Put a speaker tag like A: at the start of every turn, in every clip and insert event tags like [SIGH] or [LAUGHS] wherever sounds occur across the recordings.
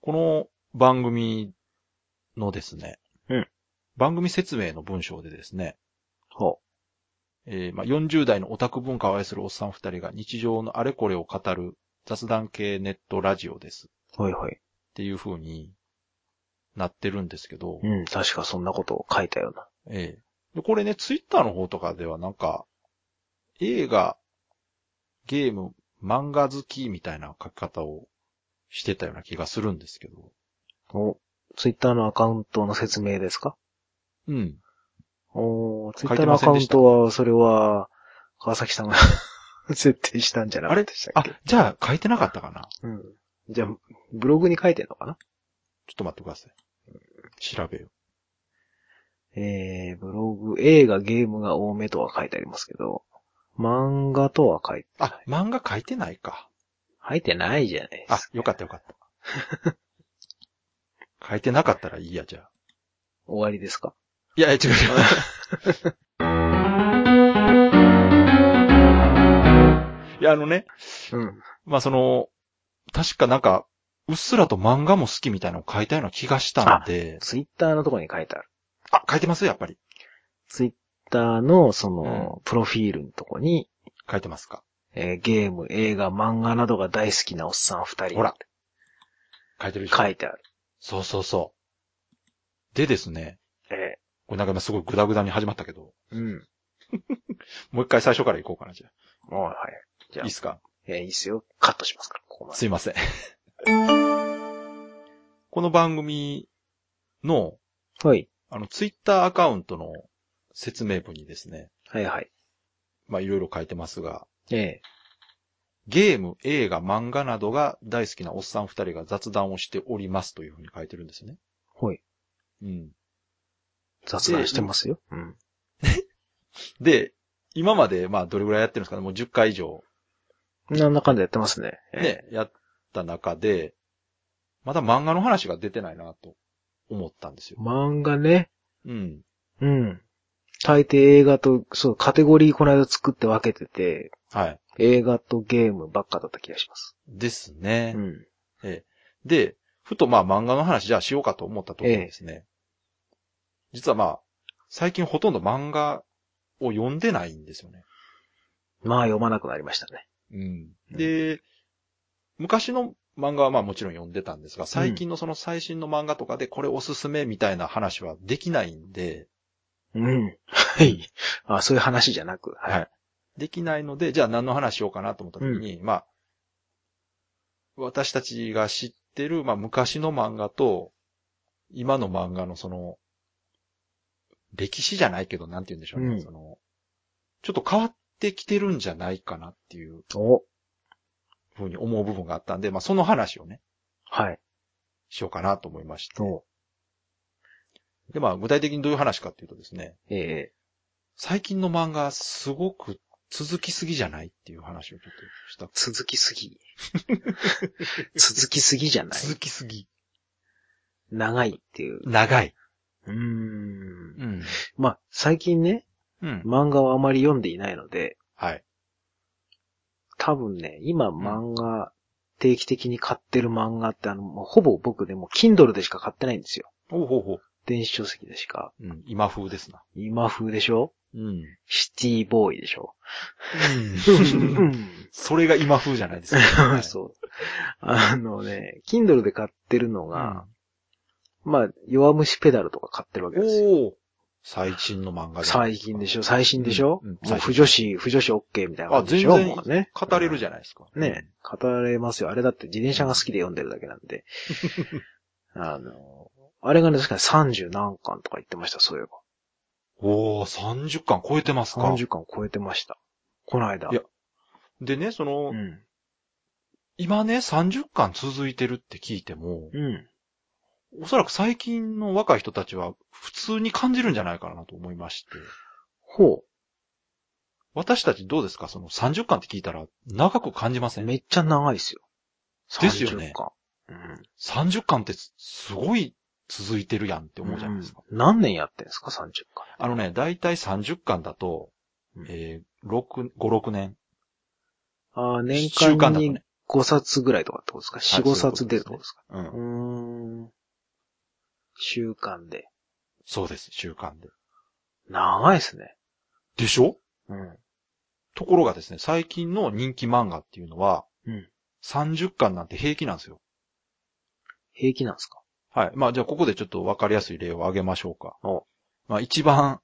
A: この番組のですね。
B: うん
A: 番組説明の文章でですね。
B: ほ
A: えーまあ、40代のオタク文化を愛するおっさん二人が日常のあれこれを語る雑談系ネットラジオです。
B: う。はいは
A: っ
B: い。
A: ていう風になってるんですけど。
B: うん、確かそんなことを書いたよな。
A: ええ。で、これね、ツイッターの方とかではなんか、映画、ゲーム、漫画好きみたいな書き方をしてたような気がするんですけど。
B: お、ツイッターのアカウントの説明ですか
A: うん。
B: おー、ツイ
A: 書い
B: ッタ
A: て
B: ーの
A: ま
B: ア
A: せ
B: カ
A: んで
B: ウン
A: した
B: トは、それは、川崎さんが [LAUGHS] 設定したんじゃなかったでした
A: あ
B: っけ、
A: じゃあ書いてなかったかな
B: うん。じゃあ、ブログに書いてんのかな
A: ちょっと待ってください。調べよ
B: えー、ブログ、映画、ゲームが多めとは書いてありますけど、漫画とは書い
A: う。
B: て、
A: あ、漫画書いてないか。
B: 書いてないじゃないですか。
A: あ、よかったよかった。 [LAUGHS] 書いてなかったらいいや、じゃあ。
B: 終わりですか
A: いや、いや違う違う。 [LAUGHS] いや、あのね、
B: うん。
A: まあその、確かなんか、うっすらと漫画も好きみたいなのを書いたような気がしたんで、
B: ツイッターのとこに書いてある。
A: あ、書いてますやっぱり。
B: ツイッターの、その、プロフィールのとこに、
A: 書いてますか。
B: えーゲーム、映画、漫画などが大好きなおっさん二人。
A: ほら。書いてるでしょ。
B: 書いてある。
A: そうそうそう。でですね、
B: え
A: これなんか今すごいグダグダに始まったけど、
B: ーうん。
A: もう一回最初から行こうかな、じゃ
B: もうはい。じ
A: あ。い
B: ゃあ
A: いっすか
B: えーいいっすよ。カットしますから、ここまです
A: いません。 [LAUGHS] この番組の、。
B: はい。
A: あの、ツイッターアカウントの説明文にですね、
B: はいはい。
A: まあいろいろ書いてますが、
B: え
A: ゲーム、映画、漫画などが大好きなおっさん二人が雑談をしておりますというふうに書いてるんですね。
B: ー、はい。
A: うん。
B: 雑談してますよ。うん。
A: で、今まで、まあ、どれぐらいやってるんですかねもう10回以上、
B: なんだかんだやってますね。えー
A: ね、やった中で、まだ漫画の話が出てないな、と思ったんですよ。
B: 漫画ね。
A: うん。
B: うん。大抵映画と、そう、カテゴリーこの間作って分けてて、
A: はい。
B: 映画とゲームばっかだった気がします。
A: ですね。
B: うん。
A: で、ふとまあ漫画の話じゃあしようかと思ったところですね。実はまあ、最近ほとんど漫画を読んでないんですよね。
B: まあ読まなくなりましたね。
A: うん。で、昔の漫画はまあもちろん読んでたんですが、最近のその最新の漫画とかでこれおすすめみたいな話はできないんで、 [LAUGHS]
B: うん。はい。あ、そういう話じゃなく。
A: はいできないので、じゃあ何の話しようかなと思った時に、まあ、私たちが知ってる、まあ昔の漫画と、今の漫画のその、歴史じゃないけど、なんて言うんでしょうね、
B: うん
A: その、ちょっと変わってきてるんじゃないかなっていう
B: お。
A: ふうに思う部分があったんで、まあその話をね、
B: はい。
A: しようかなと思いまして。
B: お。
A: で、まあ具体的にどういう話かっていうとですね、
B: ええ
A: 最近の漫画すごく続きすぎじゃないっていう話をちょっとした
B: 続きすぎ。続きすぎじゃない。
A: 続きすぎ。
B: 長いっていう。
A: 長い。
B: うーん。
A: うん。
B: まあ、最近ね、
A: うん。
B: 漫画はあまり読んでいないので、
A: はい。
B: 多分ね、今漫画、定期的に買ってる漫画ってあの、もうほぼ僕でも Kindle でしか買ってないんですよ。
A: ほうほうほう。
B: 電子書籍でしか。
A: うん、今風ですな。
B: 今風でしょ
A: うん。 [LAUGHS]
B: シティボーイでしょ
A: それが今風じゃない [LAUGHS] ですか。はい
B: [LAUGHS] そう。あのね、Kindle で買ってるの
A: う
B: が、まあ、弱虫ペダルとか買ってるわけですよ。
A: おお最新の漫画じゃない
B: 最近でしょ最新でしょ、
A: うんうん
B: もう不女子、不女子 OK みたいな感じでし
A: あ
B: ょ
A: 全然
B: もうね。
A: 語れるじゃないですか。
B: ね、語れますよ。あれだって自転車が好きで読んでるだけなん
A: [LAUGHS]
B: で。あの、あれがね、確かに30何巻とか言ってました、そういえば。
A: おお30巻超えてますか。
B: 30巻超えてました。この間。
A: いやでね、その、
B: うん。
A: 今ね、30巻続いてるって聞いても、
B: うん。
A: おそらく最近の若い人たちは普通に感じるんじゃないかなと思いまして。
B: ほ
A: 私たちどうですかその30巻って聞いたら長く感じませ
B: う。
A: ん
B: めっちゃ長いですよ。
A: ですよね
B: 30巻。うん。
A: 30巻ってすすごい続いてるやんって思うじゃないですか。
B: うん何年やってんですか、30巻。
A: あのね、だいたい30巻だと
B: うん、
A: えー、6、5、6年。
B: ああ、年
A: 週間
B: 間
A: だと
B: に
A: ね。
B: 5冊ぐらいとかってことですか ?4、
A: はい
B: 5冊出るってことですか
A: う。
B: うんーん。週間で。
A: そうです、週刊で。
B: 長いですね。
A: でしょ
B: うん。
A: ところがですね、最近の人気漫画っていうのは、
B: うん
A: 30巻なんて平気なんですよ。
B: 平気なんですか
A: はい。まあ、じゃあここでちょっとわかりやすい例を挙げましょうか
B: お。
A: まあ、一番、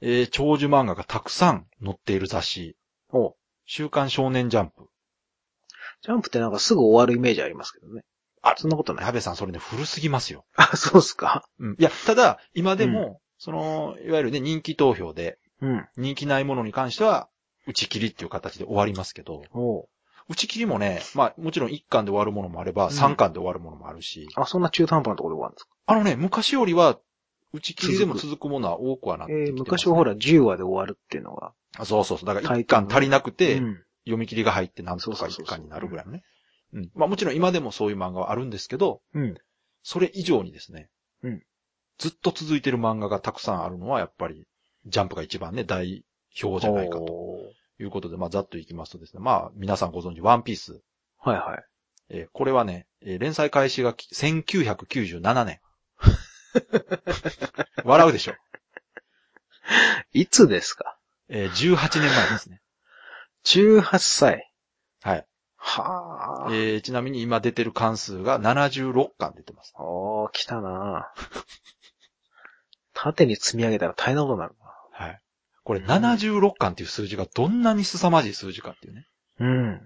A: えー長寿漫画がたくさん載っている雑誌、
B: お
A: 週刊少年ジャンプ。
B: ジャンプってなんかすぐ終わるイメージありますけどね。
A: あ
B: そんなことない。 [LAUGHS]
A: 矢部さん、それね、古すぎますよ。
B: あ、そうっすか
A: うん。いや、ただ、今でも、その、いわゆるね、人気投票で、
B: うん。
A: 人気ないものに関しては、打ち切りっていう形で終わりますけど、
B: おう
A: 打ち切りもね、まあもちろん1巻で終わるものもあれば、
B: ん
A: 3巻で終わるものもあるし、
B: あ、そんな中途半端なところで終わるんですか
A: あのね、昔よりは、打ち切りでも続くものは多くはなってきてま
B: え
A: す、
B: ー、昔はほら10話で終わるっていうのが。
A: あそうそうそう。だから1巻足りなくて
B: う、ん。
A: 読み切りが入ってなんとか
B: そうそ
A: 1
B: うそうそう
A: 巻になるぐらいのね。うん。まあもちろん今でもそういう漫画はあるんですけど、
B: うん。
A: それ以上にですね、
B: うん。
A: ずっと続いてる漫画がたくさんあるのは、やっぱり、ジャンプが一番ね、代表じゃないかと
B: おう
A: いうことで、まあざっといきますとですね、まあ皆さんご存知、ワンピース。
B: はいはい。
A: えーこれはね、えー連載開始がき1997年。
B: [LAUGHS]
A: 笑うでしょ。
B: いつですか
A: えー18年前ですね。
B: ?18 歳。
A: はい。
B: はあ。
A: えーちなみに今出てる関数が76巻出てます。
B: おー、来た [LAUGHS] なぁ縦に積み上げたら大変なことになる
A: はい。これ76巻っていう数字がどんなに凄まじい数字かっていうね。
B: な。うん。
A: うん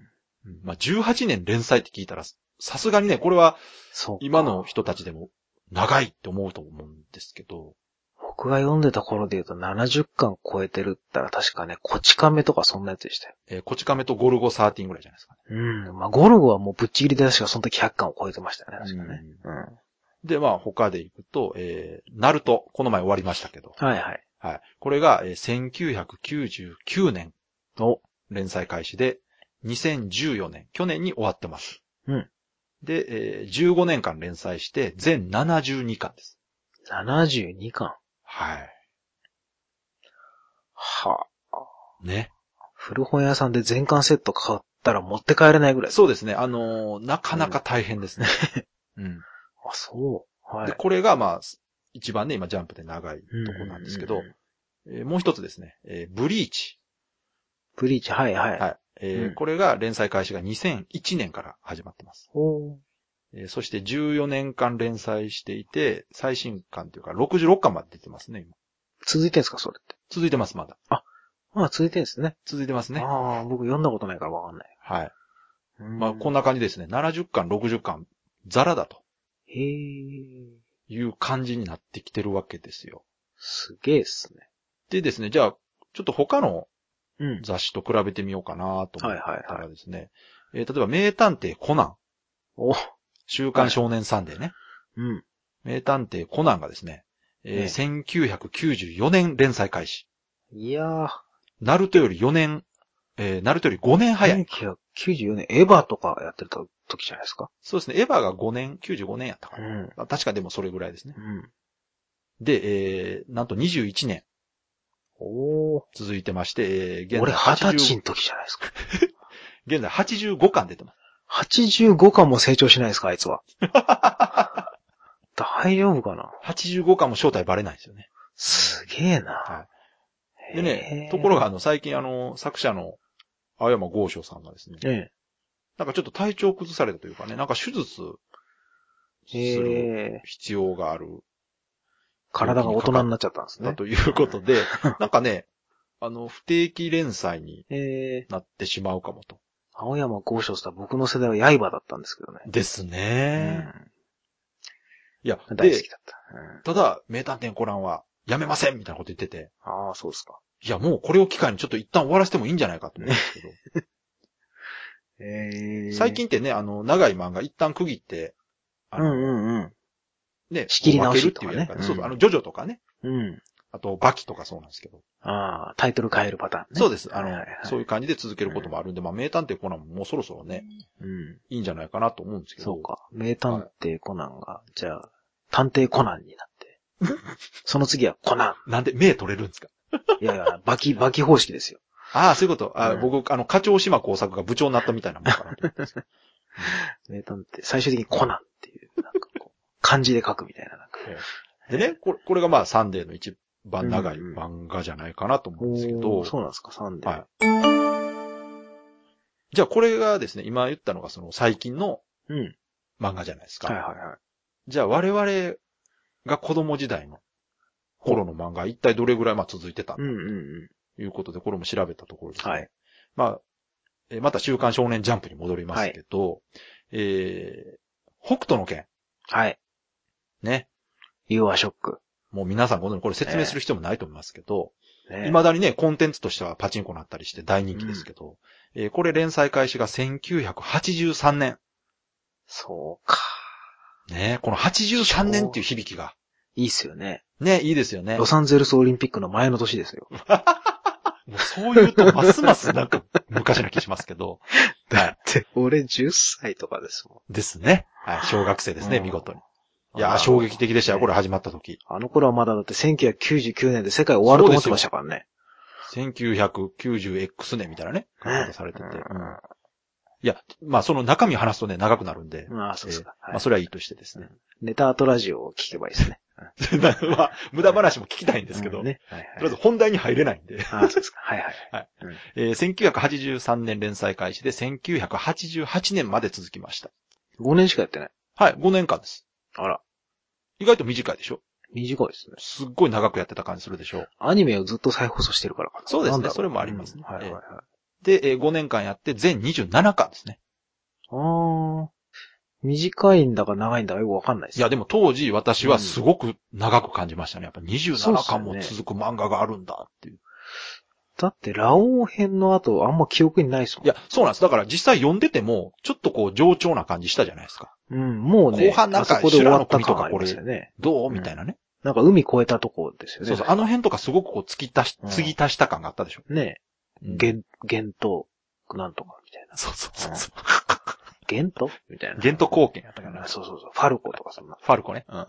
A: まあ、18年連載って聞いたら、さすがにね、これは
B: そう。
A: 今の。人たちでも長いって思うと思うんですけど、
B: 僕が読んでた頃で言うと70巻超えてるったら確かね、こち亀とかそんなやつでしたよ。
A: えーこち亀とゴルゴ13ぐらいじゃないですかね。
B: うん。まあ、ゴルゴはもうぶっちぎりで確かその時100巻を超えてましたね、確かね。うん。
A: で、まあ他で行くと、えー、ナルト、この前終わりましたけど、
B: はいはい。
A: はい。これが、えー1999年
B: お。
A: 連載開始で、2014年、去年に終わってます。
B: うん。
A: で、えー15年間連載して、全72巻です。
B: 72巻。
A: はい。
B: は
A: ね。
B: あ。古本屋さんで全巻セット買ったら持って帰れないぐらい。
A: そうですね。あのーなかなか大変ですね。 [LAUGHS] うん。
B: あ、そう。はい。
A: で、これが、まあ、一番ね、今、ジャンプで長いと
B: うん
A: こなんですけど、
B: うう
A: えーもう一つですね、えーブリーチ。
B: ブリーチ、はいはい。
A: はい。えー
B: うん
A: これが連載開始が2001年から始まってます。
B: おー
A: えーそして14年間連載していて、最新巻というか66巻まで出てますね、今。
B: 続いてんすか、それって。
A: 続いてます、まだ。
B: まあ、続いてんですね。
A: 続いてますね。
B: ああ、僕読んだことないからわかんない。
A: はい。ま
B: ま
A: あ、こん
B: ん
A: な感じですね。70巻、60巻、ザラだと
B: へえ、
A: いう感じになってきてるわけですよ。
B: すげえっすね。
A: でですね、じゃあ、ちょっと他の
B: うん。
A: 雑誌と比べてみようかなと思った
B: はいはいは
A: らですね、えー例えば名探偵コナン、
B: お、
A: 週刊少年サンデーね、
B: うん。
A: 名探偵コナンがですね、えー1994年連載開始。
B: いやー、
A: ナルトより4年、えーナルトより5年早い。
B: 1994年、エヴァとかやってた時じゃないですか。
A: そうですね、エヴァが5年、95年やったかな。
B: ん。
A: あ確かでもそれぐらいですね
B: う。ん。
A: で、えーなんと21年
B: おー。
A: 続いてまして、えー現
B: 俺
A: 在
B: 二
A: 85
B: 十歳の時じゃないですか。
A: 現在85巻出てます。
B: 85巻も成長しないですか、あいつは。大丈夫かな
A: 85巻も正体バレないですよね。
B: すげえな
A: は。でね、とこ
B: ろ
A: ろがあの、最近あの、作者の青山豪昌さんがですね、
B: え
A: なんかちょっと体調崩されたというかね、なんか手術
B: え。
A: する
B: ええ。
A: 必要がある、
B: 体が大人になっちゃったんです
A: だ
B: ね。
A: ということで、
B: [LAUGHS]
A: なんかね、あの、不定期連載に
B: ええ。
A: なってしまうかもと。
B: 青山豪昌さん、僕の世代は刃だったんですけどね。
A: ですね。いや、
B: うん。大好
A: で
B: き、だった。
A: ただ、名探偵コナンはやめませんみたいなこと言ってて、
B: うん、ああ、そうですか。
A: いや、もうこれを機会にちょっと一旦終わらせてもいいんじゃないかと思うんですけど、
B: ええ
A: 最。近ってね、あの、長い漫画一旦区切って、あ
B: う
A: の
B: んうんうん。
A: ね、
B: 仕切り直し
A: 分けるっていうやり
B: とか
A: 方
B: ね
A: そうそうう、
B: ん
A: あの、ジョジョとかね。
B: うん。
A: あと、バキとかそうなんですけど。
B: ああ、タイトル変えるパターンね。
A: そうです。あ
B: は
A: の
B: いはいはい、
A: そういう感じで続けることもあるんで、まあ、名探偵コナンももうそろそろね、
B: うん。
A: いいんじゃないかなと思うんですけど。
B: そうか。名探偵コナンが、じゃあ、探偵コナンになって。 [LAUGHS] その次はコナ
A: なんで、目取れるんですか
B: ン。いやいや、バキ、バキ方式ですよ。
A: ああ、そういうこと。ああ
B: うん
A: 僕、あの、課長島工作が部長になったみたいなもんかなと思ったんですけど
B: 名探偵、最終的にコナンっていう、なんかこう、漢字で書くみたいな、なんか。 [LAUGHS]
A: でね、これ、これがまあ、サンデーの一番長い漫画じゃないかなと思うんですけど、
B: おーそうなんですか、サンデー。
A: はい。じゃあ、これがですね、今言ったのがその最近の
B: うん。
A: 漫画じゃないですか。
B: はいはいはい。
A: じゃあ、我々が子供時代の頃の漫画、一体どれぐらいまあ続いてた
B: うんうんうん。
A: ということで、これも調べたところです、ね。
B: はい。
A: まあ、えーまた週刊少年ジャンプに戻りますけど、えー、北斗の剣、
B: はい。
A: ね。
B: ユーアショック。
A: もう皆さんご存知、これ説明する必要もないと思いますけど、
B: ね、
A: 未だにね、コンテンツとしてはパチンコになったりして大人気ですけど、えーこれ連載開始が1983年。
B: そうか。
A: ね、この83年っていう響きが、
B: いいっすよね。
A: ね、いいですよね。
B: ロ
A: も
B: サンゼルスオリンピックの前の年ですよ。
A: うそういうと、ますますなんか昔な気しますけど、はい。
B: で、 [LAUGHS] 俺10歳とかですも
A: ですね。はい、小学生ですね、
B: うん
A: 見事に。
B: ん。
A: いやー、衝撃
B: 的。
A: 的でしたよ、これ始まった時。
B: あの頃はまだだって1999年で世界終わると思ってましたからね。
A: 1990X 年みたいなね、書き方されてて。
B: うん
A: うんいや、まあその中身話すとね、長くなるんで、
B: まあ、そうですか。
A: ま
B: は
A: あ
B: い
A: それはいいとしてですね。
B: ネタアートラジオを聞けばいいですね。
A: [LAUGHS] まあ、無駄話も聞きたいんですけど、
B: うんね。
A: と
B: はい
A: りあ
B: は
A: え
B: い。
A: ず本題に入れないんで。
B: ああ、そうですか。はいはい。
A: えー1983年連載開始で1988年まで続きました。
B: 5年しかやってない。
A: はい、5年間です。
B: あら、
A: 意外と短いでしょ
B: 短いですね。
A: すっごい長くやってた感じするでしょ
B: アニメをずっと再放送してるからかな。
A: そうですね
B: なんだろ
A: それもありますね
B: うんはいはいはい。
A: で、え5年間やって全27巻ですね。
B: ああ。短いんだか長いんだかよくわかんないです。
A: いや、でも当時私はすごく長く感じましたね。やっぱ27巻も続く漫画があるんだっていう。
B: だって、ラオウ編の後、あんま記憶にないですもん。
A: いや、そうなんです。だから実際読んでても、ちょっとこう上調な感じしたじゃないですか。
B: うん、もうね、
A: 後半なんか
B: あそこで終わった
A: 修羅の国と
B: 感
A: か
B: ありますよね。
A: どうみたいなね。
B: なんか海越えたとこですよね。
A: そうそう。あの辺とかすごくこう、突き足し
B: う、ん
A: 継ぎ足した感があったでしょ。
B: ね
A: うん
B: ゲン、ゲント、なんとかみたいな。
A: そうそうそうそう。
B: ゲントみたいな。
A: ゲント貢献やったか
B: う
A: な。
B: ん
A: フ
B: そうそうそう。ファルコとかそんな。
A: ァルコね。うん。い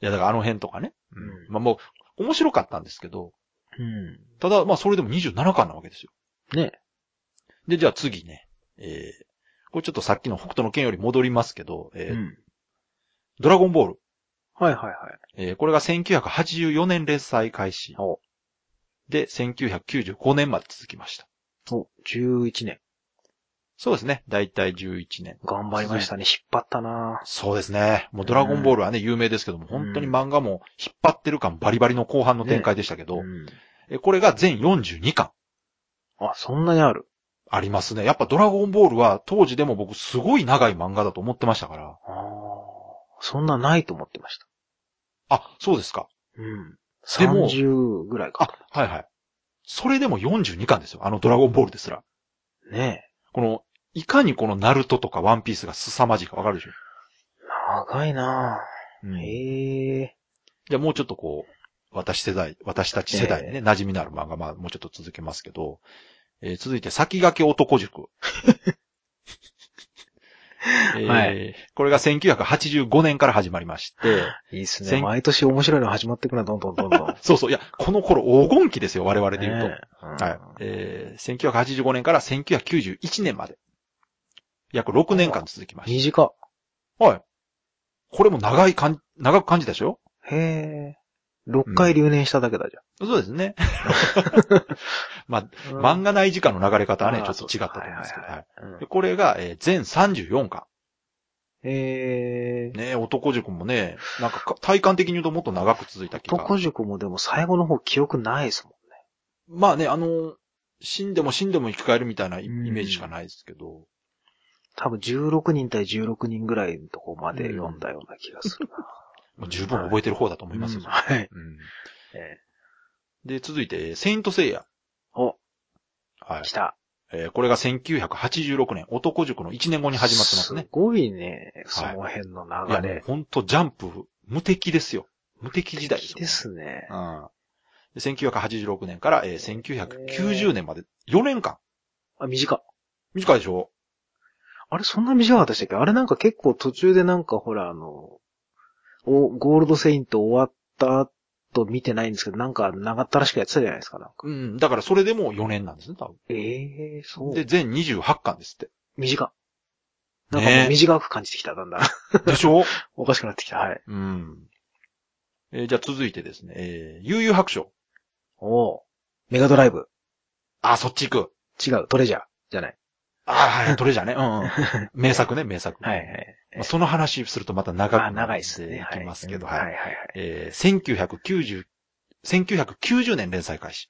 A: や、だからあの辺とかね。
B: うん
A: まあもう、面白かったんですけど、
B: うん。
A: ただ、まあそれでも27巻なわけですよ。
B: ね
A: で、じゃあ次ね。えー、これちょっとさっきの北斗の剣より戻りますけど、えー
B: うん。
A: ドラゴンボール。
B: はいはいはい。
A: えーこれが1984年連載開始
B: お。
A: で、1995年まで続きました。
B: お、11年。
A: そうですね。だいたい11年。
B: 頑張りましたね。引っ張ったな
A: そうですね。もうドラゴンボールはね、有名ですけども、本当に漫画も引っ張ってる感バリバリの後半の展開でしたけど、
B: ん。
A: えこれが全42巻
B: あ、そんなにある。
A: ありますね。やっぱドラゴンボールは当時でも僕すごい長い漫画だと思ってましたから。
B: ああ。そんなないと思ってました。
A: あ、そうですか。
B: うん。
A: でも
B: 30ぐらい
A: あ
B: か。、
A: はいはい。それでも42巻ですよ。あのドラゴンボールですら。
B: ね
A: この、いかにこのナルトとかワンピースが凄まじいかわかるでしょ。
B: え。長いな
A: うん
B: へえ。
A: じゃあもうちょっとこう、私世代、私たち世代にね、馴染みのある漫画、まあもうちょっと続けますけど、えー続いて、先駆け男
B: [LAUGHS]
A: 塾。えー
B: は
A: これが1985年から始まりま
B: [LAUGHS]
A: して、
B: いいっす
A: せ
B: ね。
A: ん
B: 毎年面白いの始まってくな、どんどんどんどん。 [LAUGHS] ね
A: そうそう、いや、この頃黄金期ですよ、我々で
B: え
A: 言うと。
B: うん
A: はい。えー、1985年から1991年まで。約6年間続きまし
B: 短っ。
A: た。はい。これも長い感じ、長く感じたでしょ
B: へえ。6回留年しただけだじ
A: そうですね。
B: ゃん。
A: 漫画内時間の流れ方はね、
B: あ
A: ちょ
B: ー
A: っと違ったと思うんですけど。
B: そうそうはいはいはい
A: はい
B: うん
A: でこれが、えー全34巻。
B: へえ。
A: ね男塾もね、なんかか体感的に言うともっと長く続いた気が。
B: 男塾もでも最後の方記憶ないですもんね。
A: まあね、あの、死んでも死んでも生き返るみたいなイイ
B: うん
A: メージしかないですけど。
B: 多分16人対16人ぐらいのとこまで読んだような気がするな。
A: まあ、十分覚えてる方だと思いますよ
B: うん。 [LAUGHS] はい。
A: うん
B: え
A: で、続いて、えーセイントセイヤ。
B: ーお、
A: はい
B: 来。た。
A: えーこれが1986年、男塾の1年後に始まってますね
B: す。ごいね、その辺の
A: いや、
B: 流
A: もう
B: れ。
A: ほんとジャンプ、無敵ですよ。無敵時代ですよ。
B: ですね。
A: うん。で1986年から、えー1990年まで4年間。
B: あ、短っ。
A: 短いでしょ
B: あれ、そんな短かったでしたっけあれなんか結構途中でなんかほら、あの、おゴールドセイント終わったと見てないんですけど、なんか長ったらしくやってたじゃないですか、なんか。
A: うん。だからそれでもう4年なんですね、多
B: ええそ
A: 分。で、、
B: で
A: 全28巻ですって。
B: 短。なんかも
A: ね
B: う短く感じてきた、 [LAUGHS] だんだん。
A: でしょ
B: おかしくなってきた、はい。
A: うん。えーじゃあ続いてですね、えー、悠々白書。
B: おお。メガドライブ。
A: あ、そっち行く。
B: 違う、トレジャー。じゃない。
A: あはい、トレジャーね。うん、
B: [LAUGHS]
A: うん。名作ね、名作。
B: はいはい。
A: まあその話するとまた長く
B: あ、
A: な
B: 長い
A: っ
B: っす
A: て
B: ね。
A: い
B: はい
A: きますけど、
B: はいはい
A: はい。
B: はい。
A: えー、1990、1990年連載開始。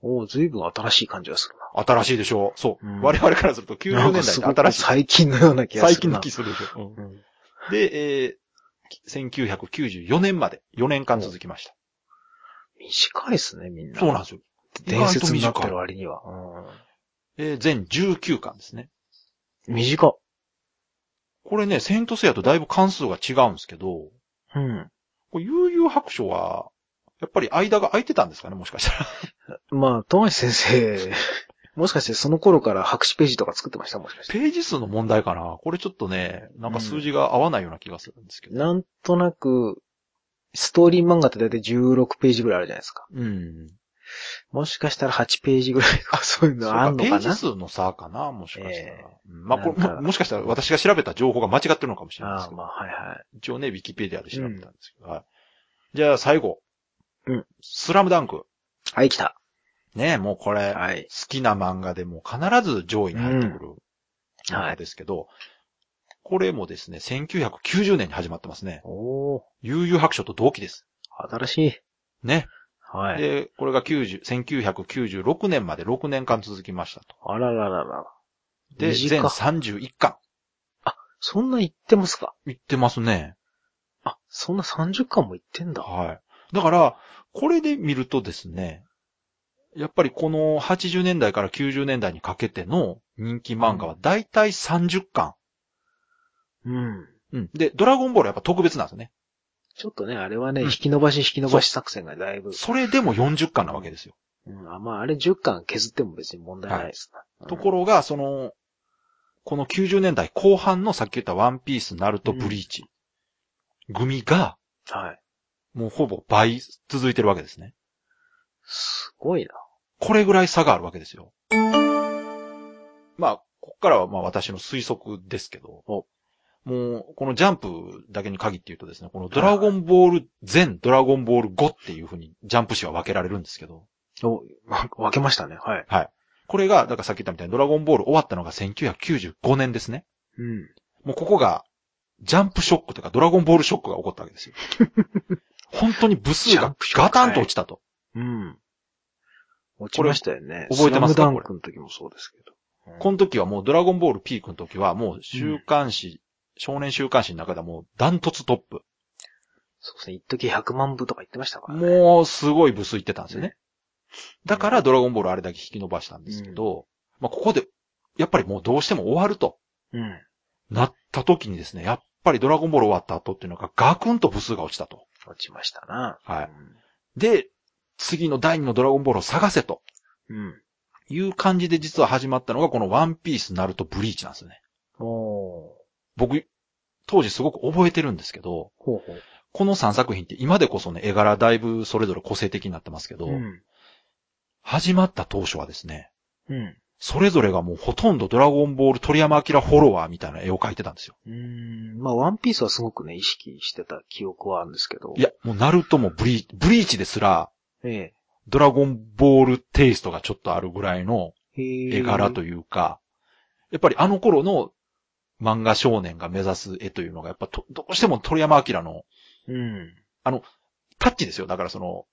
B: おおずいぶん新しい感じがするな。
A: 新しいでしょう。そう。
B: うん
A: 我々からすると90年代って
B: なんか
A: 新
B: す
A: し。
B: ごく最近のようない気がす
A: 最近
B: るな。
A: の気するでしょ。うん
B: うん
A: で、えー、1994年まで、4年間続きました。
B: 短いっすね、みんな。
A: そうなんですよ。
B: 伝説になって
A: 意外と短い
B: る割には。
A: えー、全19巻ですね。
B: うん。短っ。
A: これね、セイントセイヤとだいぶ関数が違うんですけど、
B: うん。
A: これ悠々白書は、やっぱり間が空いてたんですかね、もしかしたら。 [LAUGHS]
B: まあ、富樫先生、 [LAUGHS] もしかしてその頃から白紙ページとか作ってましたもしかして。
A: ページ数の問題かなこれちょっとね、なんか数字が合わないような気がするんですけど。
B: なんとなく、ストーリー漫画ってだいたい16ページぐらいあるじゃないですか。
A: うん。
B: もしかしたら8ページぐらいとかそういう
A: そう
B: のあ
A: か
B: んの
A: ペ
B: か
A: ージ
B: な
A: 数の差かなもしかしたら。
B: え
A: うんまあ、これ
B: なんか
A: も、もしかしたら私が調べた情報が間違ってるのかもしれないで
B: あ
A: す
B: あ、
A: けど。
B: まあ、はいはい。
A: 一応ね、ウィキペディアで調べたんですけど。はい。じゃあ最後。
B: うん。
A: スラムダンク。
B: はい、来た。
A: ねえ、もうこれ、好
B: はい。
A: きな漫画でも必ず上位に入ってくる
B: うん
A: 漫画ですけど、これもですね、1990年に始まってますね。
B: おお
A: 悠々白書と同期です。
B: 新しい。
A: ね。
B: はい。
A: で、これが90、1996年まで6年間続きましたと。
B: あらららら。
A: で、全
B: 短っ
A: 31巻。
B: そんな言ってますか
A: いってますね。
B: あ、そんな30巻も言ってんだ。
A: はい。だから、これで見るとですね、やっぱりこの80年代から90年代にかけての人気漫画はだいたい30巻。
B: うん。
A: うん。で、ドラゴンボールはやっぱ特別なんですよね。
B: ちょっとね、あれはね、
A: うん
B: 引き伸ばし引き伸ばし作戦がだいぶ。
A: それでも40巻なわけですよ。
B: うん、あまあ、あれ10巻削っても別に問題ないですな。
A: ところが、その、この90年代後半のさっき言ったワンピース、ナルト、
B: うん
A: ブリーチ、組が、
B: ろ。はい。
A: もうほぼ倍続いてるわけですね。
B: すごいな。
A: これぐらい差があるわけですよ。まあ、ここからはまあ私の推測ですけど、
B: お
A: もう、このジャンプだけに限って言うとですね、このドラゴンボール全ドラゴンボール5っていうふうにジャンプ誌は分けられるんですけど、
B: お、わ分けましたね。はい。
A: これが、だからさっき言ったみたいにドラゴンボール終わったのが1995年ですね。
B: うん。
A: もうここが、ジャンプショックというかドラゴンボールショックが起こったわけ
B: [LAUGHS]
A: ですよ。本当に部数
B: ジャ
A: が
B: ンプショック
A: ガタンと落ちたと。
B: うん。落ちましたよね。
A: これ覚えてますか
B: スラムダンクの時もそうですけど。
A: この時はもうドラゴンボールピークの時はもう週刊誌、少年週刊誌の中ではもうダントツトップ。
B: そうですね。一時100万部とか言ってましたからね。
A: もうすごい部数いってたんですよね。だからドラゴンボールあれだけ引き伸ばしたんですけど、まあここで、やっぱりもうどうしても終わると
B: うん。
A: なった時にですね、やっぱりドラゴンボール終わった後っていうのがガクンと部数が落ちたと。
B: 落ちましたな。
A: はい。で、次の第二のドラゴンボールを探せと
B: うん。
A: いう感じで実は始まったのがこのワンピース、ナルト、ブリーチなんですよね。
B: おお
A: 僕、当時すごく覚えてるんですけど、
B: ー。ほうほう。
A: この3作品って今でこそね、絵柄だいぶそれぞれ個性的になってますけど、
B: うん。
A: 始まった当初はですね、
B: うん。
A: それぞれがもうほとんどドラゴンボール鳥山明フォロワーみたいな絵を描いてたんですよ。
B: うん。まあ、ワンピースはすごくね、意識してた記憶はあるんですけど。
A: いや、もうナルトもブリーブリーチですら、
B: え
A: ドラゴンボールテイストがちょっとあるぐらいの
B: え。へえ
A: 絵柄というか、やっぱりあの頃の漫画少年が目指す絵というのが、やっぱとどうしても鳥山明の
B: うん。
A: タッチですよ。だからその、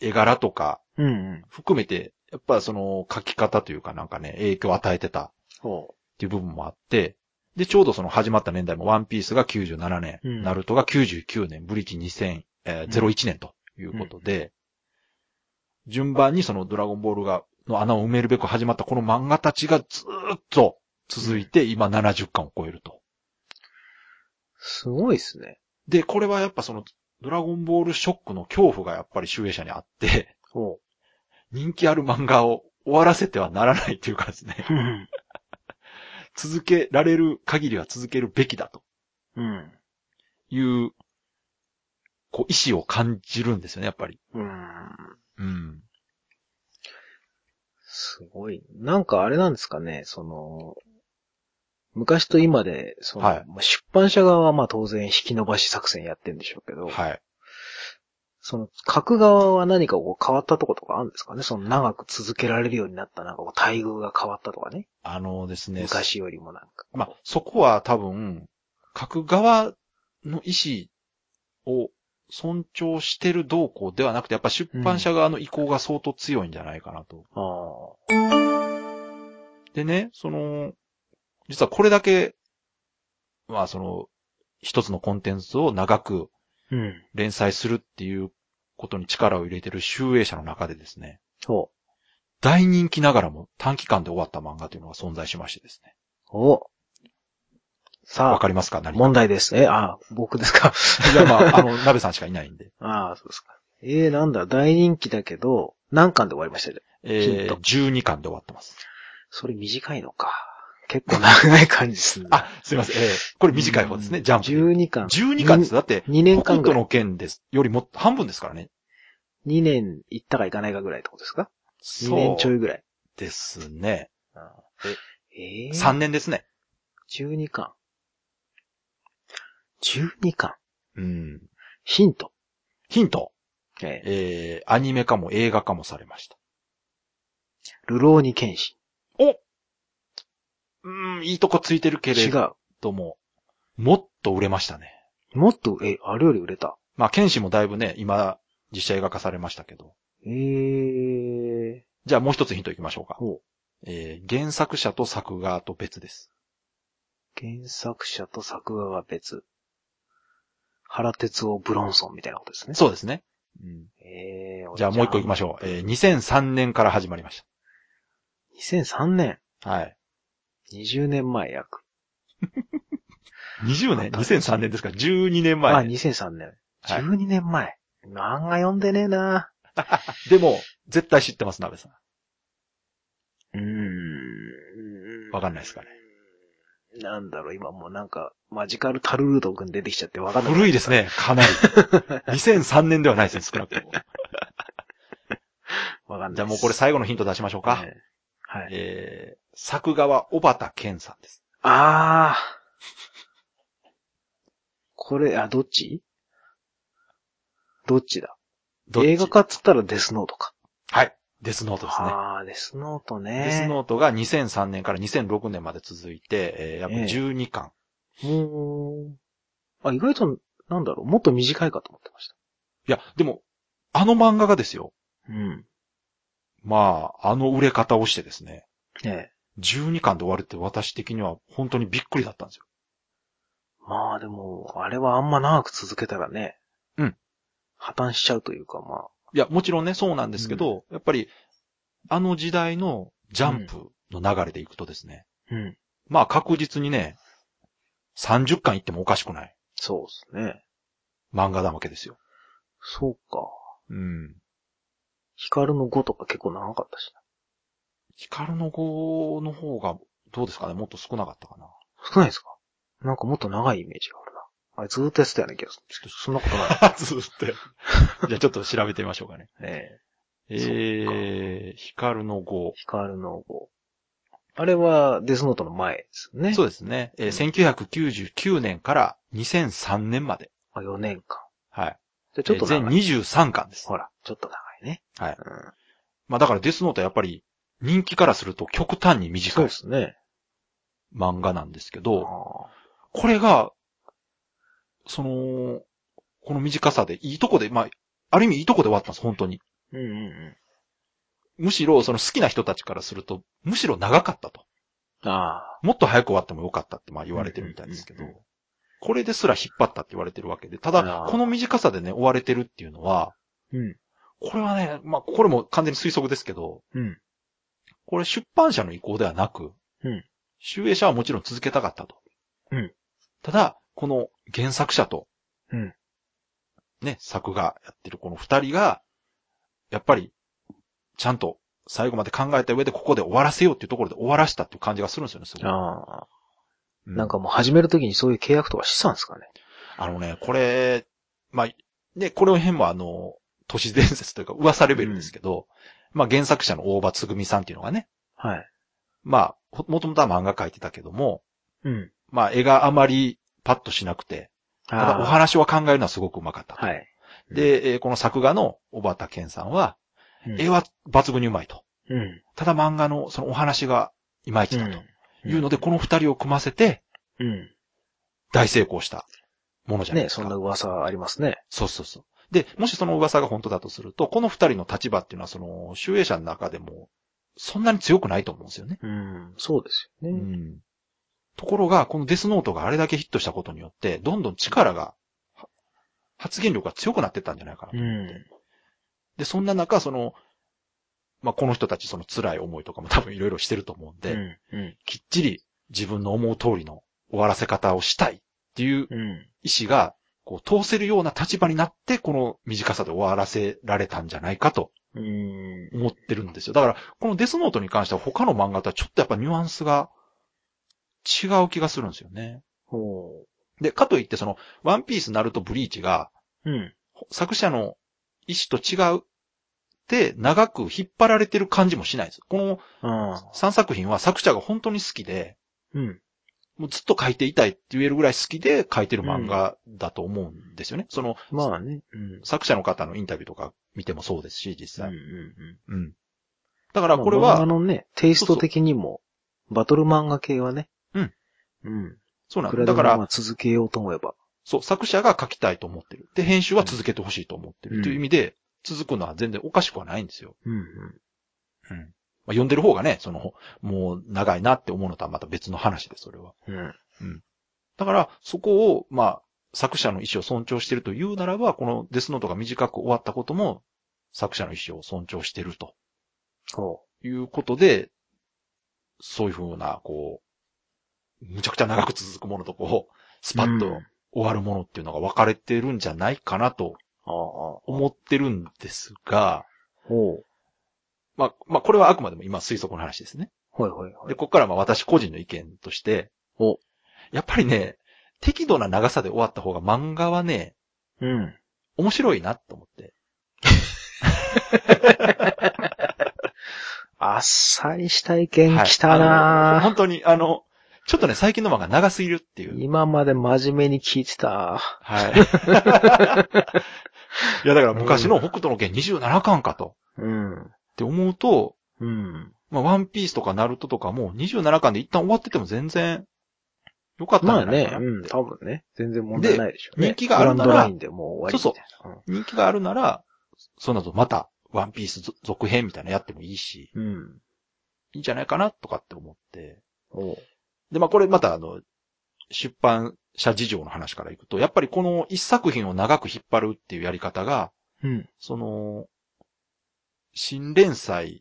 A: 絵柄とか
B: うんうん。
A: 含めて、やっぱその描き方というかなんかね、影響を与えてた
B: ほ
A: っていう部分もあって、で、ちょうどその始まった年代もワンピースが97年、
B: うん
A: ナルトが99年、ブリーチ2000、えー
B: うん
A: 01年ということで、順番にそのドラゴンボールが、の穴を埋めるべく始まったこの漫画たちがずーっと続いて、今70巻を超えると。
B: う。すごいですね。
A: で、これはやっぱその、ドラゴンボールショックの恐怖がやっぱり集英者にあって、
B: ほ
A: 人気ある漫画を終わらせてはならないというかですね、 [LAUGHS]
B: う。うん。
A: 続けられる限りは続けるべきだと。
B: うん。
A: いうこう、意志を感じるんですよね、やっぱり。
B: うん。
A: うん。
B: すごい。なんかあれなんですかね、その、昔と今で、その、
A: はい
B: まあ出版社側はまあ当然引き伸ばし作戦やってるんでしょうけど、
A: はい。
B: その、書く側は何かこう変わったとことかあるんですかねその長く続けられるようになったなんかこう待遇が変わったとかね。
A: あのですね、
B: 昔よりもなんか。
A: まあ、そこは多分、書く側の意思を尊重してる動向ではなくて、やっぱ出版社側の意向が相当強いんじゃないかなと。
B: あ
A: でね、その、実はこれだけ、まあその、一つのコンテンツを長く
B: ーうん。
A: 連載するっていうことに力を入れてる集英社の中でですね、
B: そ
A: 大人気ながらも短期間で終わった漫画というのが存在しましてですね。
B: う。お
A: わ
B: さ
A: かりますか
B: あ、
A: 何か
B: 問題です。え、あ、僕ですか
A: いや、まあ、あの、鍋さんしかいないんで。
B: [LAUGHS] ああ、そうですか。えー、なんだ、大人気だけど、何巻で終わりましたね [LAUGHS] ヒン
A: え
B: ト
A: ー、12巻で終わってます。、
B: それ短いのか。結構長い感じする
A: あ、すいません。えーこれ短い方ですね、ジャンプで言う。
B: 12巻。
A: 12巻です。だって、
B: 2年
A: 北
B: 間ぐ
A: 斗
B: らい。
A: の剣です。よりも、半分ですからね。
B: 2年行ったか行かないかぐらいってことですか ?2
A: そ
B: 年
A: う
B: ちょいぐらい。
A: ですね。
B: ええ
A: 3年ですね。
B: 12巻。12巻。
A: うん。
B: ヒント。
A: ヒント。
B: ええ
A: えー、アニメ化も映画化もされました。
B: ルローニケンシ
A: うーん、いいとこついてるけ
B: ン。違
A: れ
B: う。
A: ども、もっと売れましたね。
B: もっと、え、あれより売れた。
A: まあ、剣士もだいぶね、今、実写映画化されましたけど。
B: ええ
A: じゃあもう一つヒントいきましょうか。
B: ほう
A: えー、原作者と作画と別です。
B: 原作者と作画は別。原哲夫、ブロンソンみたいなことですね。
A: そうですね。うん、
B: ええ
A: じゃあもう一個行きま
B: し
A: しょう。えー、2003年から始まりまし
B: ょう。2003年。
A: た。はい。
B: 20年前約。
A: 20年 ?2003 年ですから、12年前。
B: あ、2003年。
A: はい
B: 12年前。漫画読んでねえな
A: でも、絶対知ってます、鍋さん。
B: うーん。
A: わかんないですかね。
B: なんだろう、今もうなんか、マジカルタルルート君出てきちゃってわかんない。
A: 古いですね、かな [LAUGHS] り。2003年ではないですね、少なくとも。
B: わかんない。
A: じゃあもうこれ
B: そ
A: 最後のヒント出しましょうか。
B: はい。
A: えー、作画は小畑健さんです。
B: あー。 [LAUGHS] これ、あ、どっちどっちだ
A: どっち
B: 映画化っつったらデスノートか。
A: はい。デスノートですね。
B: あー、デスノートね。
A: デスノートが2003年から2006年まで続いて、えー、約
B: ええ
A: 12巻。
B: うーん。あ、意外と、なんだろう、もっと短いかと思ってました。
A: いや、でも、あの漫画がですよ。
B: うん。
A: まあ、あの売れ方をしてですね、
B: ええ。
A: 12巻で終わるって私的には本当にびっくりだったんですよ。
B: まあでも、あれはあんま長く続けたらね。
A: うん。
B: 破綻しちゃうというか、まあ。
A: いや、もちろんね、そうなんですけど、やっぱり、あの時代のジャンプの流れでいくとですね、
B: うん。
A: まあ確実にね、30巻いってもおかしくない
B: そうですね。
A: 漫画なわけですよ。
B: そうか。
A: うん。
B: ヒカルの5とか結構長かったしな。
A: ヒカルの号の方が、どうですかねもっと少なかったかな。
B: 少ないですかなんかもっと長いイメージがあるな。あれずーっとやってたような気がする。ちょっとそんなこと
A: [LAUGHS]
B: ない。
A: ずっとやる。じゃあちょっと調べてみましょう
B: [LAUGHS]
A: かね。
B: ええ
A: えー、ヒカルの号。
B: ヒカルの5。あれはデスノートの前ですよね。
A: そう
B: う。
A: ですね。えー1999年から2003年まで。
B: あ、4年間。
A: はい。
B: じゃあちょっと
A: えー全
B: 長い。
A: 23巻です。
B: ほら、ちょっと長いね。
A: はい
B: うん、
A: まあだからデスノートはやっぱり人気からすると極端に
B: そ
A: 短
B: う
A: い
B: ですね。
A: 漫画なんですけ
B: あ
A: ど、
B: あ
A: これが、その、この短さでいいとこで、まあ、ある意味いいとこで終わったんです、本当に。
B: うんうんう
A: むしろその好きな人たちからすると、むしろ長かったと。
B: ん。ああ。
A: もっと早く終わってもよかったってまあ言われてるみたいですけど
B: うんうんうん、
A: これですら引っ張ったって言われてるわけで、た
B: あ
A: だ
B: ー、
A: この短さでね、追われてるっていうのは、
B: うん。
A: これはね、まあ、これも完全に推測ですけど、
B: うん。
A: これ出版社の意向ではなく、
B: うん
A: 集英社はもちろん続けたかったと。
B: うん
A: ただ、この原作者と、
B: うん
A: ね、作画やってるこの二人が、やっぱり、ちゃんと最後まで考えた上でここで終わらせようっていうところで終わらせたっていう感じがするんですよね、すごい。
B: ああ。
A: う
B: なん、かもう始めるときにそういう契約とかしてたんですかね。
A: あのね、これ、まあ、で、これ編もあの、都市伝説というか噂レベルですけど、まあ原作者の大場つぐみさんっていうのがね、
B: はい。
A: まあ、ほもともとは漫画描いてたけども、
B: うん。
A: まあ絵があまりパッとしなくて、ただお
B: あ
A: 話は考えるのはすごくうまかったと。
B: ーはい。
A: で、えーこの作画の小畑健さんは、
B: うん
A: 絵は抜群にうまいと。
B: うん。
A: ただ漫画のそのお話がいまいちだというので、この二人を組ませて
B: うん。
A: 大成功したものじゃない
B: ね、
A: です
B: そ
A: か。
B: んな噂ありますね。
A: そうそうそう。で、もしその噂が本当だとすると、この二人の立場っていうのはその、集英者の中でも、そんなに強くないと思うんですよね。
B: うん。そうですよ
A: う
B: ね。
A: ん。ところが、このデスノートがあれだけヒットしたことによって、どんどん力が、は発言力が強くなってったんじゃないかなと。
B: うん。
A: で、そんな中、その、まあ、この人たちその辛い思いとかも多 [LAUGHS] 分いろいろしてると思うんで、
B: うん。うん
A: きっちり自分の思う通りの終わらせ方をしたいっていう
B: うん。
A: 意思が、こう、通せるような立場になって、この短さで終わらせられたんじゃないかと
B: うん。
A: 思ってるんですよ。だから、このデスノートに関しては他の漫画とはちょっとやっぱニュアンスが違う気がするんですよね。
B: ほ
A: で、かといってその、ワンピース、ナルト、ブリーチが、
B: う。うん。
A: 作者の意思と違うって、長く引っ張られてる感じもしないです。この
B: あ
A: 3作品は作者が本当に好きで、
B: ーうん。
A: もうずっと書いていたいって言えるぐらい好きで書いてる漫画だと思うんですよね。その、
B: まあね。うん。
A: 作者の方のインタビューとか見てもそうですし、実
B: うん。う
A: 際。う
B: ん。
A: ん。だからこれ
B: まあ
A: は
B: 漫画、のね、テイスト的にも、バトル漫画系はね。
A: うん。
B: うん。
A: そうないん
B: く
A: だ。
B: らで
A: だ
B: も
A: から
B: ま、あ続けようと思えば。
A: そう、作者が書きたいと思ってる。で、編集は続けてほしいと思ってる。
B: うん
A: という意味で、続くのは全然おかしくはないんですよ。
B: うん。
A: うん。まあ、読んでる方がね、その、もう長いなって思うのとはまた別の話で、それは。
B: うん。うん。
A: だから、そこを、まあ、作者の意思を尊重してるというならば、このデスノートが短く終わったことも、作者の意思を尊重してると
B: ほ
A: いうことで、そういうふうな、こう、むちゃくちゃ長く続くものとこう、ス
B: う。
A: パッと
B: うん
A: 終わるものっていうのが分かれてるんじゃないかなと
B: ああ。ほ
A: 思ってるんですが、
B: う。
A: まあ、まあ、これはあくまでも今推測の話ですね。
B: ほいほいほ
A: で、
B: い。
A: ここからはまあ私個人の意見として、
B: お
A: やっぱりね、適度な長さで終わった方が漫画はね、
B: うん。
A: 面白いなと思って。
B: あっさりした意見
A: はい
B: 来た
A: あの
B: な
A: 本当に、あの、ちょっとね、最近の漫画長すぎるってい
B: ぁ
A: う。
B: 今まで真面目に聞いてた。
A: はい。 [LAUGHS] いや、だから昔の北斗の拳27巻かと。
B: うん。
A: って思うと、
B: うん。
A: まあ、ワンピースとかナルトとかも27巻で一旦終わってても全然良かったんじ
B: ま
A: ゃ
B: あ
A: ない
B: ね
A: か、なって。
B: うん、多分ね、全然問題ないでしょうね。
A: で人気があるなら
B: グランドラインでもう終わりみたいな。
A: 人気があるなら、その後またワンピースぞ続編みたいなのやってもいいし、
B: う。うん。
A: いいんじゃないかなとかって思って。
B: おう
A: で、まあこれまたあの、出版社事情の話からいくと、やっぱりこの一作品を長く引っ張るっていうやり方が、
B: うん。
A: その、新連載っ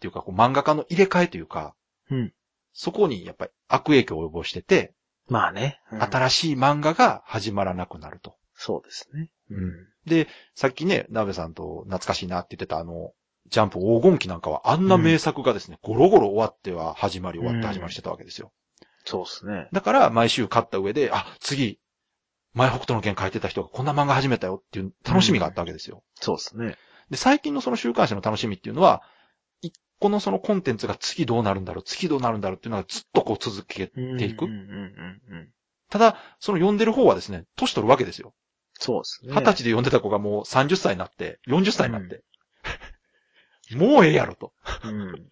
A: ていうかこう漫画家の入れ替えというか、
B: うん
A: そこにやっぱり悪影響を及ぼしてて、
B: まあね。うん
A: 新しい漫画が始まらなくなると。
B: そうですね。
A: うんさっきね、鍋さんと懐かしいなって言ってたあの、ジャンプ黄金期なんかはあんな名作がですね、ゴロゴロ終わっては始まり終わって始まりしてたわけですよ。
B: そうですね。
A: だから毎週買った上で、あ、次、前北斗の剣書いてた人がこんな漫画始めたよっていう楽しみがあったわけですよ。
B: そうですね。
A: で、最近のその週刊誌の楽しみっていうのは、一個のそのコンテンツが次どうなるんだろう、次どうなるんだろうっていうのがずっとこう続け、ていく
B: うんうんうんうん。
A: ただ、その読んでる方はですね、年取るわけですよ。
B: そうですね。
A: 二十歳で読んでた子がもう30歳になって、40歳になって。もうええやろと。
B: うん。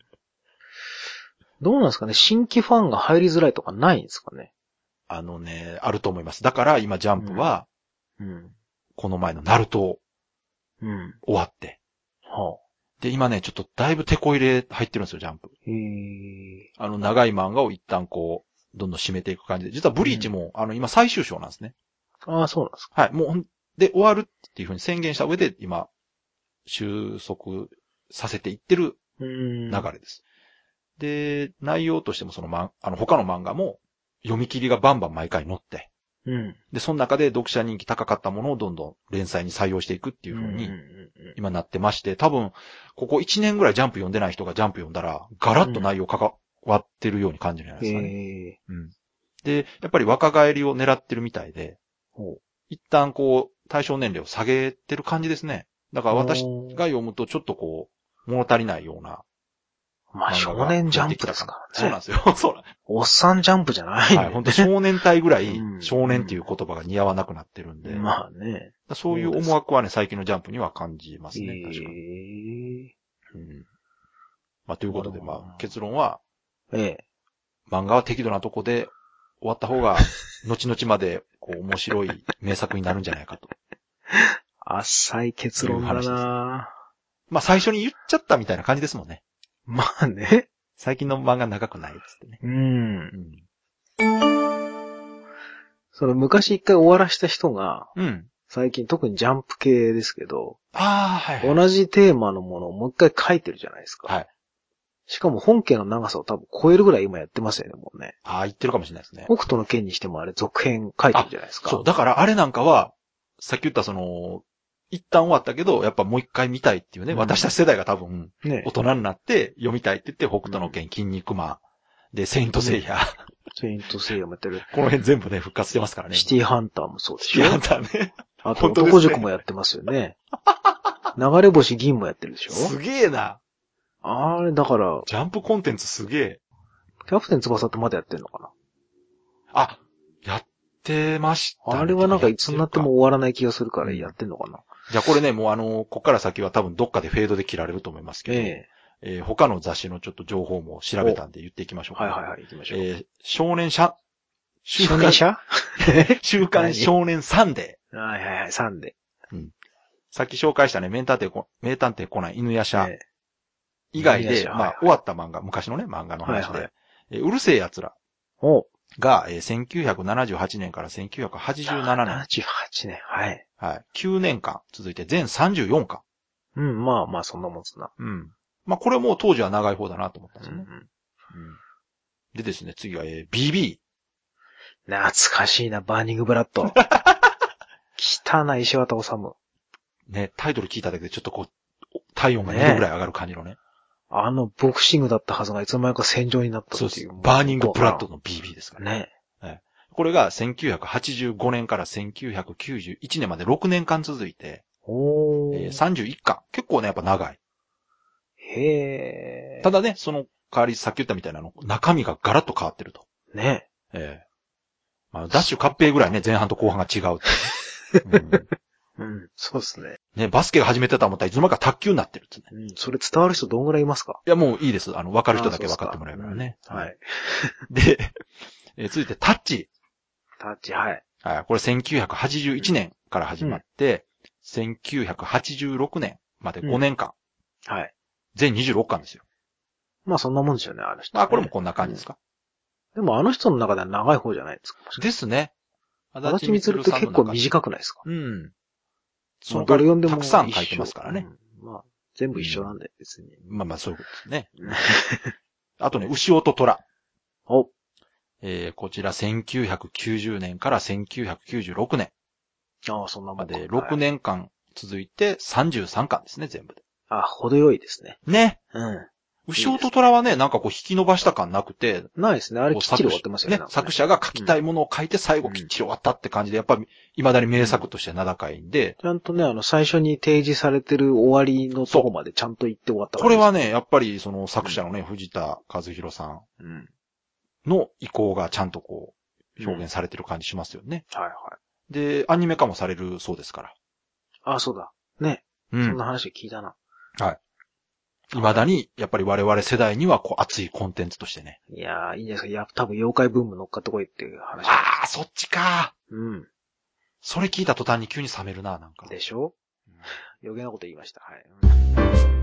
B: どうなんですかね新規ファンが入りづらいとかないんですかね
A: あのね、あると思います。だから今ジャンプは、
B: うん。
A: この前のナルトを
B: うん。
A: 終わって。
B: は
A: で、今ね、ちょっとだいぶ手こ入れ入ってるんですよ、ジャンプ。
B: あ。へえ。
A: あの、長い漫画を一旦こう、どんどん締めていく感じで。実はブリーチも、あの、今最終章なんですね。
B: ああ、そうなんですか。
A: はい。もうほん、で、終わるっていうふうに宣言した上で、今、収束させていってる
B: うん
A: 流れです。で、内容としてもそのまん、あの、他の漫画も、読み切りがバンバン毎回載って、
B: うん。
A: で、その中で読者人気高かったものをどんどん連載に採用していくっていうふう
B: うん
A: に、
B: うんうん
A: 今なってまして、多分、ここ1年ぐらいジャンプ読んでない人がジャンプ読んだら、ガラッと内容関わってるように感じるじゃないですかね。
B: へえ。
A: で、やっぱり若返りを狙ってるみたいで、
B: ほ
A: 一旦こう、対象年齢を下げてる感じですね。だから私が
B: が、
A: 読むとちょっとこう、物足りないような。
B: まあ少年ジャンプですからね。
A: そうなんですよ。 [LAUGHS] そうなん
B: おっさんジャンプじゃないん
A: はい、
B: だよ
A: 本当少年隊ぐらい
B: うん
A: 少年っていう言葉が似合わなくなってるんで。
B: [LAUGHS] まあね。
A: そういう思惑はね、最近のジャンプには感じます
B: え
A: ね。確かに。
B: え
A: うん。まあ、ということで、
B: なるほどな
A: まあ、結論は、
B: ええ。
A: 漫画は適度なとこで終わった方 [LAUGHS] が、後々まで、こう、面白い名作になるんじゃないかと。
B: 浅い結論だ
A: という
B: な
A: まあ、最初に言っちゃったみたいな感じですもんね。
B: まあね。
A: 最近の漫画長くないっつってね。
B: うん
A: う。ん。
B: その昔一回終わらした人が、
A: うん。
B: 最近特にジャンプ系ですけど、
A: ああ、はいはい。
B: 同じテーマのものをもう一回書いてるじゃないですか。
A: はい。
B: しかも本家の長さを多分超えるぐらい今やってますよね、もうね。
A: ああ、言ってるかもしれないですね。
B: 北斗の剣にしてもあれ続編書いてるじゃないですか。
A: そう、だからあれなんかは、さっき言ったその、一旦終わったけど、やっぱもう一回見たいっていうね、
B: うん
A: 私たち世代が多分、
B: ね
A: 大。人になって読みたいって言って、北斗の剣、筋肉マン、で、セイントセイヤ、
B: セイントセイヤもやってる。
A: この辺全部ね、復活してますからね。
B: シティハンターもそうで
A: シ
B: し
A: テ
B: ょ
A: ィ。ハンターね。
B: あと
A: 本当ですね
B: 男塾もやってますよね。流れ星銀もやってるでしょ
A: すげえな。
B: あれ、だから、
A: ジャンプコンテンツすげえ。
B: キャプテン翼ってまだやってんのかな
A: あ、やってましたね、
B: あれはなんかいつになっても終わらない気がするからやってんのかな、
A: じゃあこれね、もうあの、こっから先は多分どっかでフェードで切られると思いますけど、え
B: え
A: ー他の雑誌のちょっと情報も調べたんで言っていきまし
B: え
A: ょうか。
B: はいはいはい、行きましょう。
A: えー少年社、週
B: 初任
A: 刊、
B: 者
A: [LAUGHS] 週刊少年サンデ
B: はいはいはい、3で。
A: ー。さっき紹介したね、名探偵コ、名探偵コナン犬夜叉
B: ええ
A: 以外
B: 犬夜
A: で、
B: 叉
A: ま
B: は
A: あ
B: い、
A: 終わった漫画、昔のね、漫画の話で、
B: はいはい
A: えーうるせえ奴ら
B: お
A: が、えー1978年から1987年、
B: 78年、はい。
A: はい、9年間続いて全34巻。
B: うん、まあまあ、そんなもんすな。
A: うん。まあ、これもう当時は長い方だなと思ったん
B: う
A: です
B: んう
A: よね。
B: ん、
A: うんでですね、次は、えー BB。
B: 懐かしいな、バーニングブラッド。
A: [LAUGHS]
B: 汚い石渡治。
A: ね、タイトル聞いただけでちょっとこう、体温が2度ぐらい上がる感じのね。
B: あのボクシングだったはずがいつの間にか戦場になった
A: そう
B: っ
A: で
B: てい
A: す
B: う。。
A: バーニングブラッドの BB ですからね。
B: ね。
A: これが1985年から1991年まで6年間続いて、
B: お
A: えー
B: ー。
A: 31巻。結構ね、やっぱ長い。
B: へー。
A: ただね、その代わりさっき言ったみたいなあの、中身がガラッと変わってると。
B: ね。
A: ええまあ、ダッシュカッペイぐらいね、前半と後半が違うって
B: [LAUGHS]
A: いうね、うん
B: うん、そうですね。
A: ね、バスケが始めてたと思ったらいつの間にか卓球になってるってね。
B: うん、それ伝わる人どんぐらいいますか
A: いや、もういいです。あの、わかる人だけ分かってもらえるからね。
B: は。い。
A: で、えー続いてタッチ。
B: タッチ、はい。
A: はい、これ1981年から始まって、1986年まで5年間、
B: はい。
A: 全26巻ですよ。
B: まあそんなもんですよね、あの人、
A: まあ、これもこんな感じですか。
B: でもあの人の中では長い方じゃないですか。
A: ですね。
B: 足立みつるって結構短くないですか
A: うん。そ
B: そ
A: の
B: のどれ
A: 代わ
B: 読ん
A: り
B: で
A: た
B: も
A: くさん書いてますからね。。
B: うんまあ、全部一緒なんで、別に。
A: まあまあ、そういうことですね。
B: [LAUGHS]
A: あとね、牛音虎。
B: お、
A: えー、こちら1990年から1996年
B: ああ、そんなも
A: ま
B: んか
A: で6。
B: はい
A: 年間続いて33巻ですね、全部で。
B: あ、程よいですね。
A: ね。
B: うん。
A: 牛音虎はね、なんかこう引き伸ばした感なくて、
B: ないですね。あれ
A: こう
B: きっちり終わってますよね。なんか
A: 作者が書きたいものを書いて最後きっちり終わったって感じで、やっぱり未だに名作として名高いんで、
B: ちゃんとね、あの、最初に提示されてる終わりのとこまでちゃんと行って終わった
A: これは、ね、やっぱりその作者のね、藤田和弘さん
B: うん。はい
A: の意向がちゃんとこう、表現されてる感じしますよね。
B: はい。
A: で、アニメ化もされるそうですから。
B: ああ、そうだ。ね。
A: う
B: そん
A: ん。
B: な話聞いたな。
A: 未だに、やっぱり我々世代にはこう熱いコンテンツとしてね。
B: いやー、いいんじゃないですか。いや、多分妖怪ブーム乗っかってこいっていう話。
A: ああ、そっちか。
B: うん。
A: それ聞いた途端に急に冷めるな、なんか。
B: でしょ
A: うん
B: 余計なこと言いました。はい。うん